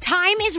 Time is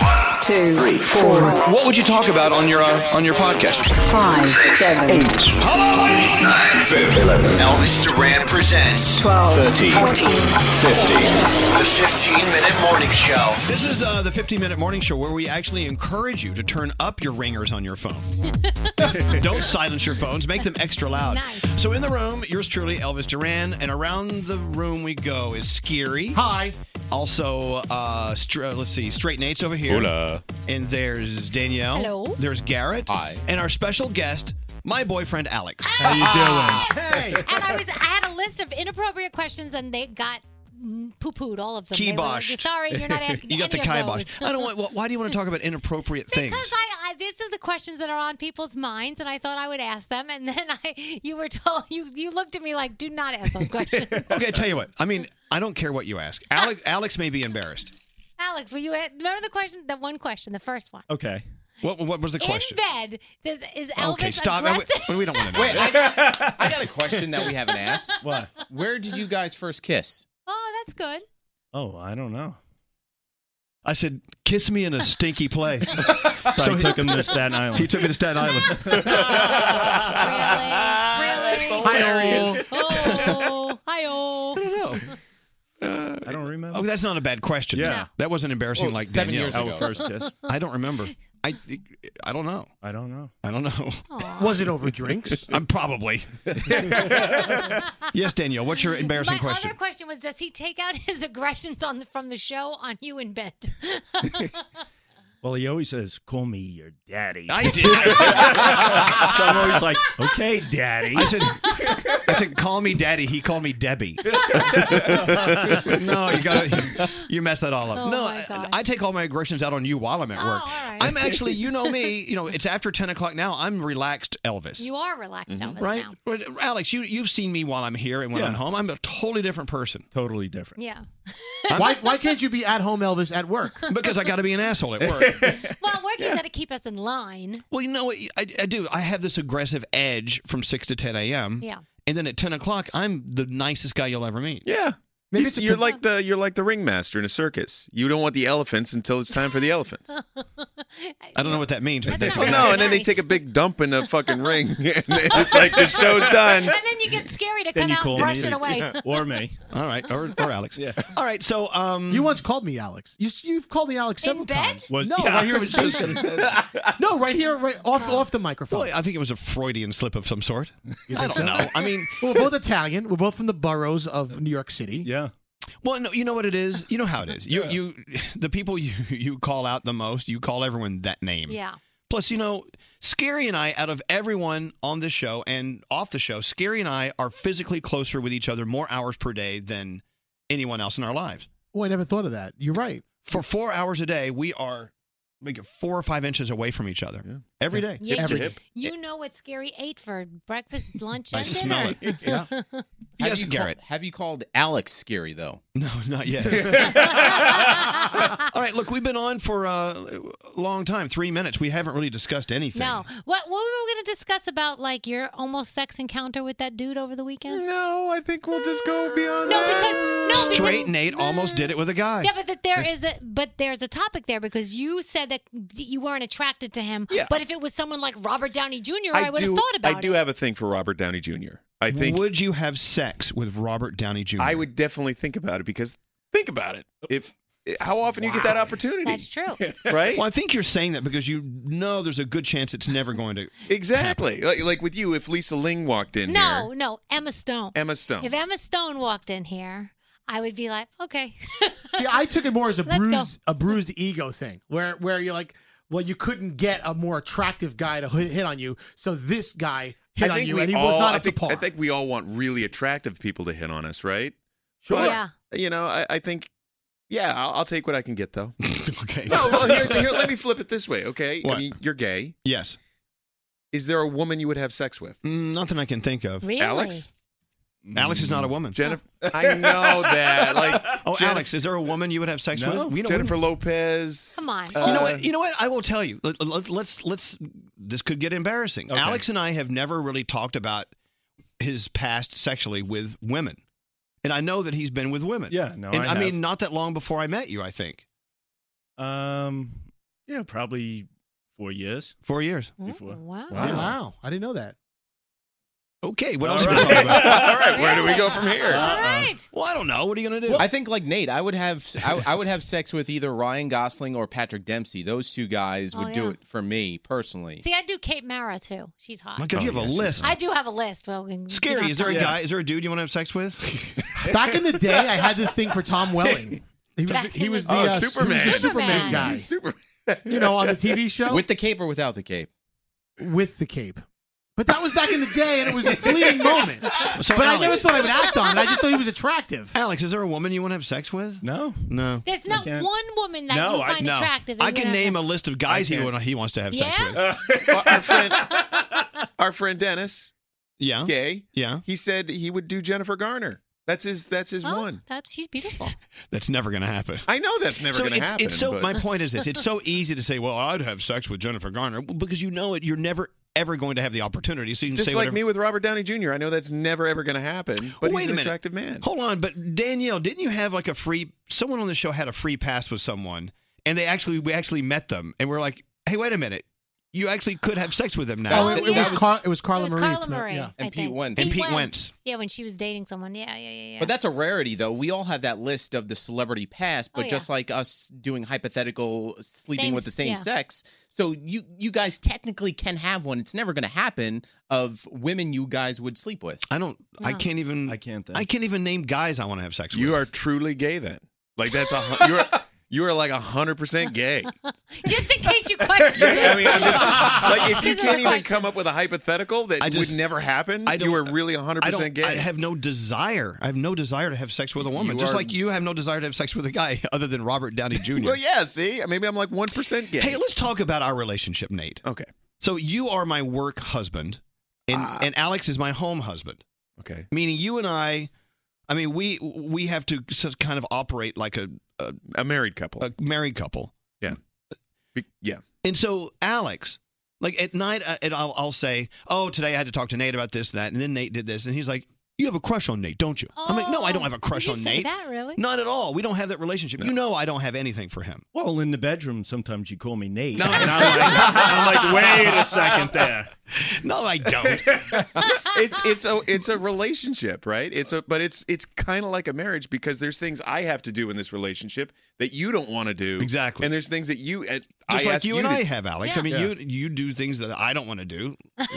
One, two, three, four. What would you talk about on your uh, on your podcast? Five, six, seven, eight. Hello, eight, nine, seven, eleven. Elvis Duran presents 12, 13, 14, 15. The 15 minute morning show. This is uh, the 15 minute morning show where we actually encourage you to turn up your ringers on your phone. Don't silence your phones, make them extra loud. Nice. So, in the room, yours truly, Elvis Duran, and around the room we go is Scary. Hi. Also, uh, str- uh, let's see, Straight Nate's over here. Hola. And there's Danielle. Hello. Oh, There's Garrett. Hi. And our special guest, my boyfriend Alex. How you doing? Hey. And I was I had a list of inappropriate questions and they got poo pooed all of them. They were like, Kiboshed. Sorry, you're not asking you got the any of those. kibosh. I don't want. wh- Why do you want to talk about inappropriate things? Because I, I, these are the questions that are on people's minds, and I thought I would ask them. And then I, you were told, you you looked at me like, do not ask those questions. okay, I tell you what. I mean, I don't care what you ask. Alex, Alex may be embarrassed. Alex, will you a- remember the question? That one question, the first one. Okay. What, what was the question? In bed, does, is Elvis okay, stop. I- aggressive? we, we don't want to know. Wait, that. I, I got a question that we haven't asked. What? Where did you guys first kiss? oh, that's good. Oh, I don't know. I said, kiss me in a stinky place. So, I took him to Staten Island. he took me to Staten Island. Really? Really? Oh, hi-oh. I don't remember. Oh, that's not a bad question. Yeah. No. That wasn't embarrassing Well, like seven Danielle's. years Our ago. first kiss. I don't remember. I I don't know. I don't know. I don't know. Was it over drinks? I'm probably. yes, Danielle, what's your embarrassing My question? other question was, does he take out his aggressions on the, from the show on you in bed? Well, he always says, "Call me your daddy." I did. so I'm always like, "Okay, daddy." I said, I said, call me daddy. He called me Debbie. no, you got to you messed that all up. Oh, no, my I, I take all my aggressions out on you while I'm at work. I'm actually, you know me, you know, it's after 10 o'clock now. I'm relaxed, Elvis. You are relaxed, Elvis. right? Now. But, Alex, you you've seen me while I'm here and when I'm home. I'm a totally different person. Totally different. Yeah. Why, why can't you be at home, Elvis, at work? Because I got to be an asshole at work. Well, work is got to keep us in line. well, you know what? I, I do. I have this aggressive edge from 6 to 10 a.m. Yeah. And then at 10 o'clock, I'm the nicest guy you'll ever meet. Yeah. Maybe you're like the you're like the ringmaster in a circus. You don't want the elephants until it's time for the elephants. I don't know what that means. But Well, no, and then they take a big dump in a fucking ring, and it's like the show's done. And then you get scary to come out and brush it away. or me. All right, or, or Alex. Yeah. All right, so um, you once called me Alex. You, you've called me Alex several times. Was- no, Yeah. right here was just no, right here, right off off the microphone. Well, I think it was a Freudian slip of some sort. I think don't so? know. I mean, Well, we're both Italian. We're both from the boroughs of New York City. Yeah. well, no, you know what it is. You know how it is. You you the people you you call out the most. You call everyone that name. Yeah. Plus, you know, Scary and I, out of everyone on this show and off the show, Scary and I are physically closer with each other more hours per day than anyone else in our lives. Oh, I never thought of that. You're right. For four hours a day, we are like four or five inches away from each other every day. You, you know what Scary ate for breakfast, lunch, I and smell dinner. it. Yeah. Yes, you call- Garrett. have you called Alex scary though? No, not yet. All right, look, we've been on for uh, a long time, three minutes. We haven't really discussed anything. No. What, what were we going to discuss about, like, your almost sex encounter with that dude over the weekend? No, I think we'll just go beyond no, that. Because, no, because Straight Nate almost did it with a guy. Yeah, but that there is a but there's a topic there because you said that you weren't attracted to him. Yeah. But if it was someone like Robert Downey Jr., I, would do, have thought about I do have a thing for Robert Downey Jr. I think Would you have sex with Robert Downey Jr.? I would definitely think about it because think about it. If how often you get that opportunity? That's true. right? Well, I think you're saying that because you know there's a good chance it's never going to. Exactly. Like, like with you, if Lisa Ling walked it. in No, here, no, Emma Stone. Emma Stone. If Emma Stone walked in here, I would be like, okay. See, I took it more as a Let's go. bruised a bruised ego thing, where where you're like, well, you couldn't get a more attractive guy to hit hit on you, so this guy hit I on think you, we and he all- was not I up think, to par. I think we all want really attractive people to hit on us, right? Sure. Yeah. You know, I, I think. Yeah, I'll, I'll take what I can get though. okay. No, well, here's, here, let me flip it this way, okay? What? I mean, you're gay. Yes. Is there a woman you would have sex with? Mm, Nothing I can think of. Really? Alex? Alex is not a Mm-hmm. woman. Jennifer, I know that. Like, oh, Jennifer- Alex, is there a woman you would have sex No. with? We know Jennifer Lopez. Come on. you uh, know what? You know what? I will tell you. Let, let, let's let's. This could get embarrassing. Alex and I have never really talked about his past sexually with women, and I know that he's been with women. Yeah, no, and I I, have. mean not that long before I met you. I think Um, yeah, probably four years. four years before. Wow. wow. wow, I didn't know that. Okay, what All else? right. Are we talking about? All right, where do we go from here? Well, I don't know. What are you gonna do? I think like Nate, I would have I, I would have sex with either Ryan Gosling or Patrick Dempsey. Those two guys would Oh, do yeah. it for me personally. See, I do Kate Mara too. She's hot. My God, you Oh, have a list. I do have a list. Well, we- we don't Scary. have Is there a time. guy? Is there a dude you want to have sex with? Back in the day, I had this thing for Tom Welling. He was, Back he in was the the- uh, Oh, he was the Superman. Superman Superman. guy. Super. You know, on the TV show with the cape or without the cape. with the cape. But that was back in the day, and it was a fleeting moment. So, but I Alex- never thought I would act on it. I just thought he was attractive. Alex, is there a woman you want to have sex with? No, no. There's not can't- one woman that you find attractive. that I you can don't name a have- list of guys he, wanna- he wants to have sex Yeah? with. our friend, our friend Dennis, Yeah. gay. Yeah. He said he would do Jennifer Garner. That's his. That's his Oh, one. That's she's beautiful. That's never going to happen. I know that's never so going to it's, happen. it's so. but- My point is this: it's so easy to say, "Well, I'd have sex with Jennifer Garner," because you know it. You're never ever going to have the opportunity. So you can just say like whatever. me with Robert Downey Jr. I know that's never ever going to happen. But Wait he's a an minute. attractive man. Hold on, but Danielle, didn't you have like a free? Someone on the show had a free pass with someone, and they actually we actually met them, and we're like, "Hey, wait a minute, you actually could have sex with them now." Oh, it, it yeah. was Car- it was Carla it was Marie. Carla No, Murray. yeah. I And Pete think. Wentz. And Pete Wentz. Yeah, when she was dating someone. Yeah, yeah, yeah, yeah. But that's a rarity, though. We all have that list of the celebrity past, Oh, but yeah. just like us doing hypothetical sleeping Same with the s- same yeah. sex. So you you guys technically can have one. It's never going to happen of women you guys would sleep with. I don't. I No. can't even. I can't. Think. I can't even name guys I want to have sex with. You are truly gay then. Like that's a. hun- You're You are like hundred percent gay. Just in case you questioned it. I mean, I'm just, like if you This is a can't even question. come up with a hypothetical that would never happen, you are really hundred I don't- percent gay. I have no desire. I have no desire to have sex with a woman. You just are- like you have no desire to have sex with a guy other than Robert Downey Jr. well, yeah. See, maybe I'm like one percent gay. Hey, let's talk about our relationship, Nate. Okay. Ah. So you are my work husband, and and Alex is my home husband. Okay. Meaning you and I, I mean we we have to so- kind of operate like a a, a married couple, a married couple. Yeah. yeah. And so Alex, like at night, uh, and I'll, I'll say, "Oh, today I had to talk to Nate about this and that," and then Nate did this, and he's like. You have a crush on Nate, don't you? Oh. I'm like, no, I don't have a crush you on say Nate. that, really? Not at all. We don't have that relationship. You know, I don't have anything for him. Well, in the bedroom, sometimes you call me Nate. And I'm like, I'm like, wait a second there. No, I don't. it's it's a it's a relationship, right? It's a but it's it's kind of like a marriage because there's things I have to do in this relationship that you don't want to do. Exactly. And there's things that you and Just I like ask you and to- I have, Alex. I mean, you you do things that I don't want to do.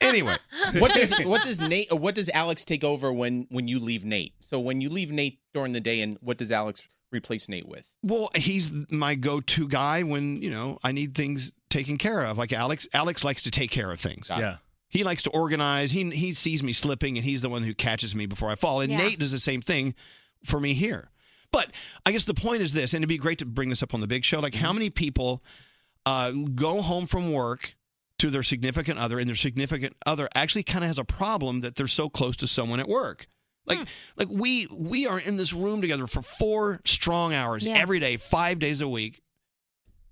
anyway, what does what does Nate? uh, What does Alex take over when when you leave Nate? So when you leave Nate during the day, and what does Alex replace Nate with? Well, he's my go-to guy when you know I need things taken care of. Like Alex, Alex likes to take care of things. Yeah. He likes to organize. He he sees me slipping, and he's the one who catches me before I fall. And Yeah. Nate does the same thing for me here. But I guess the point is this, and it'd be great to bring this up on the big show. Like, how many people uh, go home from work to their significant other, and their significant other actually kind of has a problem that they're so close to someone at work. Like, like we we are in this room together for four strong hours Yeah. every day, five days a week,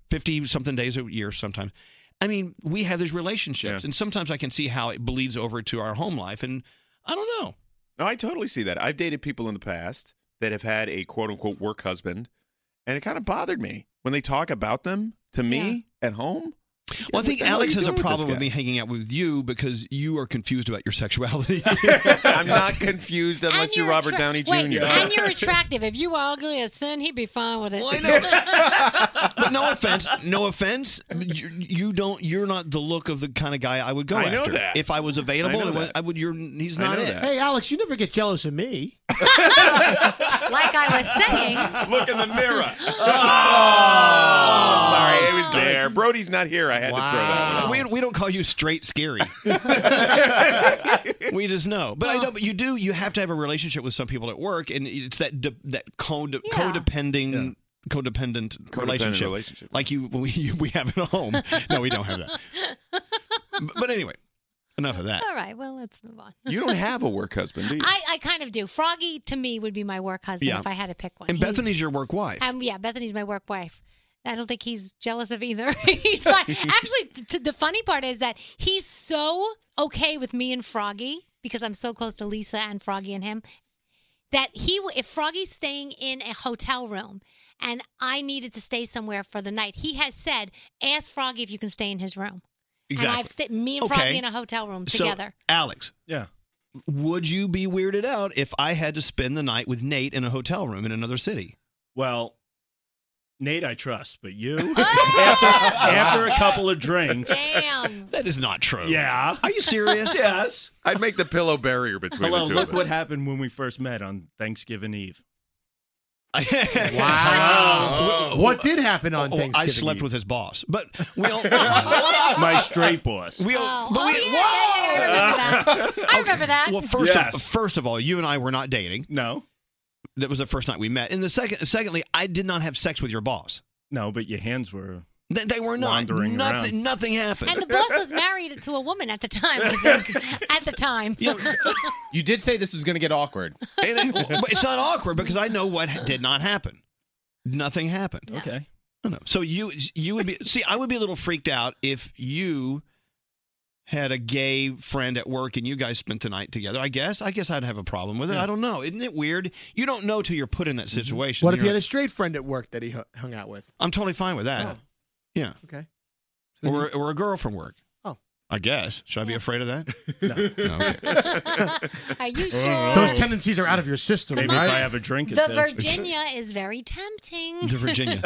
fifty something days a year sometimes. I mean, we have these relationships, and sometimes I can see how it bleeds over to our home life, and I don't know. No, I totally see that. I've dated people in the past that have had a quote unquote work husband, and it kind of bothered me when they talk about them to me at home. Well, I What think the hell are Alex you has a doing this problem with guy? me hanging out with you because you are confused about your sexuality. I'm not confused unless you're, Robert Downey attra- Jr. Wait, And you're attractive. If you were ugly as sin, he'd be fine with it. but no offense, no offense. You, you don't. You're not the look of the kind of guy I would go I know after. that. If I was available, I know I, would, that. I would. You're. He's I not know it. that. Hey, Alex, you never get jealous of me. like I was saying. Look in the mirror. Oh, sorry, it was there. Brody's not here. I had to throw that one. We, we don't call you straight scary. we just know. But I know. But you do. You have to have a relationship with some people at work, and it's that de- that code codependent. Codependent, relationship, relationship. like you we, we have at home. No, we don't have that. but, but anyway, enough of that. All right, well, let's move on. You don't have a work husband, do you? I, I kind of do. Froggy to me would be my work husband Yeah. if I had to pick one. and He's- Bethany's your work wife. Um, yeah, Bethany's my work wife. I don't think he's jealous of either. he's like, actually, t- t- the funny part is that he's so okay with me and Froggy because I'm so close to Lisa and Froggy and him that he, w- if Froggy's staying in a hotel room and I needed to stay somewhere for the night, he has said, ask Froggy if you can stay in his room. And Exactly. I've stayed me and Okay. Froggy in a hotel room together. So, Alex. Yeah. Would you be weirded out if I had to spend the night with Nate in a hotel room in another city? Well, Nate, I trust, but you, after, after a couple of drinks. Damn. That is not true. Yeah. Are you serious? yes. I'd make the pillow barrier between Hello, the two look of what us. happened when we first met on Thanksgiving Eve. Wow. What did happen on Oh, Thanksgiving? I slept with his boss, but we all, My straight boss. we all, Oh, but we- I remember that. I remember that. Well, first of, Yes. first of all, you and I were not dating. No. That was the first night we met. And the second, secondly, I did not have sex with your boss. No, but your hands were. They, they were not. Wandering nothing. around. Nothing happened. And the boss was married to a woman at the time, I think. at the time. You did say this was going to get awkward. And it- but it's not awkward because I know what did not happen. Nothing happened. Okay. I don't know. So you you would be see I would be a little freaked out if you had a gay friend at work and you guys spent the night together. I guess I guess I'd have a problem with it. I don't know. Isn't it weird? You don't know till you're put in Mm-hmm. that situation. What if you You're had a straight friend at work that he hu- hung out with? Oh. like, I'm totally fine with that. Yeah. Okay. Or or a girl from work. Oh. I guess. Should I be afraid of that? Are you Oh, sure? Those tendencies are out of your system, Come right? on. The test. Virginia is very tempting. The Virginia.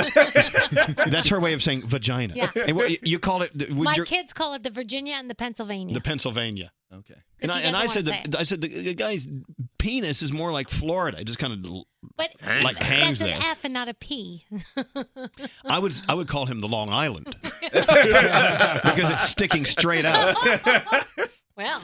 That's her way of saying vagina. Yeah. And what- you call it would My your- kids call it the Virginia and the Pennsylvania. the Pennsylvania. Okay. And I he and I doesn't said wanna the I said the, the guy's penis is more like Florida. It just kind of But like that's hangs an there. F and not a P. I would I would call him the Long Island because it's sticking straight up. well,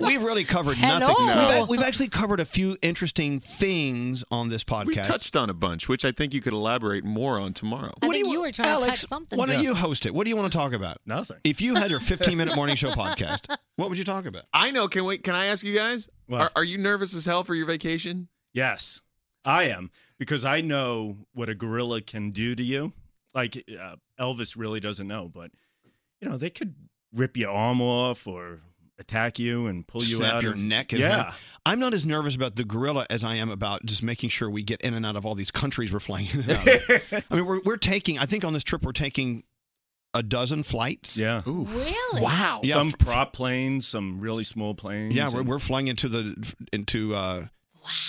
We've really covered Hello. nothing. No. We've, we've actually covered a few interesting things on this podcast. We touched on a bunch, which I think you could elaborate more on tomorrow. I think you, were trying to touch something. Why don't you host it? What do you want to talk about? Nothing. If you had your 15 minute morning show podcast, what would you talk about? I know. Can we? Can I ask you guys? Are, are you nervous as hell for your vacation? Yes, I am because I know what a gorilla can do to you. Like uh, Elvis really doesn't know, but you know they could rip your arm off or attack you and pull you Snap out your and- neck. And yeah, I'm not as nervous about the gorilla as I am about just making sure we get in and out of all these countries we're flying in and out of. I mean, we're, we're taking, I think on this trip, we're taking a dozen flights. Yeah. Really? Yeah. some f- prop planes, some really small planes. yeah, we're, we're flying into the, into, uh,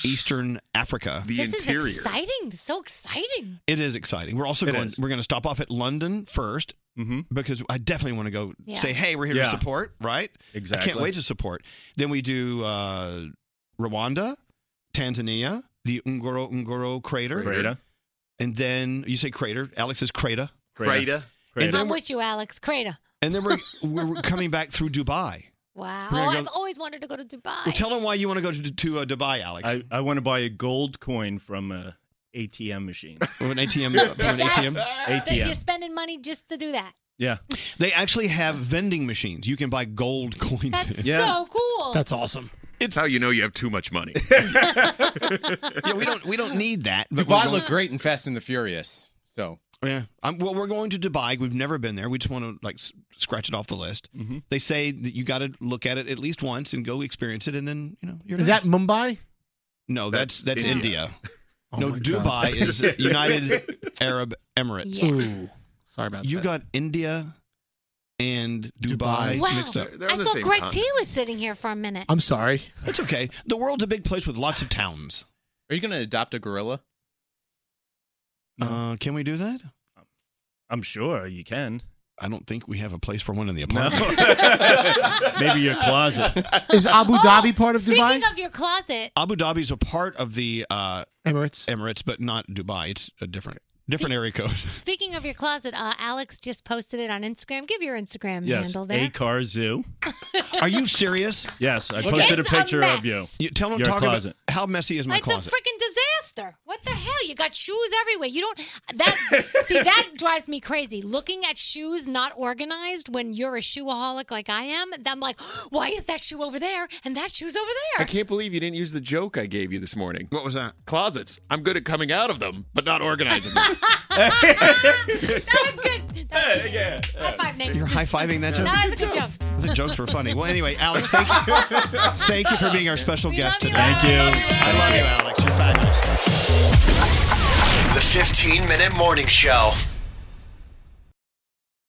Eastern Africa. The this is exciting. So exciting. It is exciting. We're also It going. is. Mm-hmm. We're going to stop off at London 1st because I definitely want to go Yeah. say, "Hey, we're here Yeah. to support." Right? I can't Exactly. wait to support. Then we do uh, Rwanda, Tanzania, the Ngoro Ngoro crater, Crater. and then you say crater. Alex is crater. Crater. And then, I'm we're, with you, Alex. Crater. and then we're we're coming back through Dubai. Wow. We're Oh, gonna go- I've always wanted to go to Dubai. Well, tell them why you want to go to, to uh, Dubai, Alex. I, I want to buy a gold coin from a ATM machine. From an ATM. From an ATM. That You're spending money just to do that. Yeah. They actually have vending machines. You can buy gold coins. That's in. so cool. awesome. It's how you know you have too much money. yeah, we don't we don't need that. But Dubai we're looked great in Fast and the Furious. So Yeah. I'm, well, we're going to Dubai. We've never been there. We just want to like s- scratch it off the list. Mm-hmm. They say that you got to look at it at least once and go experience it, and then you know you're. Is done. that Mumbai? no? That's that's That's India. India. Oh no, my Dubai God. is United Arab Emirates. Yeah. sorry about you got India and Dubai, Dubai. Wow. mixed up. I thought Greg T was sitting here for a minute. I'm sorry. It's okay. The world's a big place with lots of towns. Are you going to adopt a gorilla? Uh, can we do that? I'm sure you can. I don't think we have a place for one in the apartment. Maybe your closet. Is Abu Dhabi part of Oh, Speaking Dubai? of your closet, Abu Dhabi's a part of the uh, Emirates. Emirates, but not Dubai. It's a different different area code. speaking of your closet, uh, Alex just posted it on Instagram. Give your Instagram Yes, handle there. a car zoo. Are you serious? Yes, I It's posted a a picture mess. of you. You tell them your talk closet. about how messy is my it's closet. a freaking disaster. What the hell? You got shoes everywhere. You don't that see that drives me crazy. Looking at shoes not organized when you're a shoeaholic like I am, then I'm like, why is that shoe over there and that shoe's over I there? can't believe you didn't use the joke I gave you this morning. What was that? Closets. I'm good at coming out of them, but not organizing them. That was good. That was good. High five, Nate. You're high fiving that joke. That was a good joke. I think jokes were funny. Well, anyway, Alex, thank you, thank you for being our special guest today. Thank you. I love you, Alex. You're fabulous. The 15 Minute Morning Show.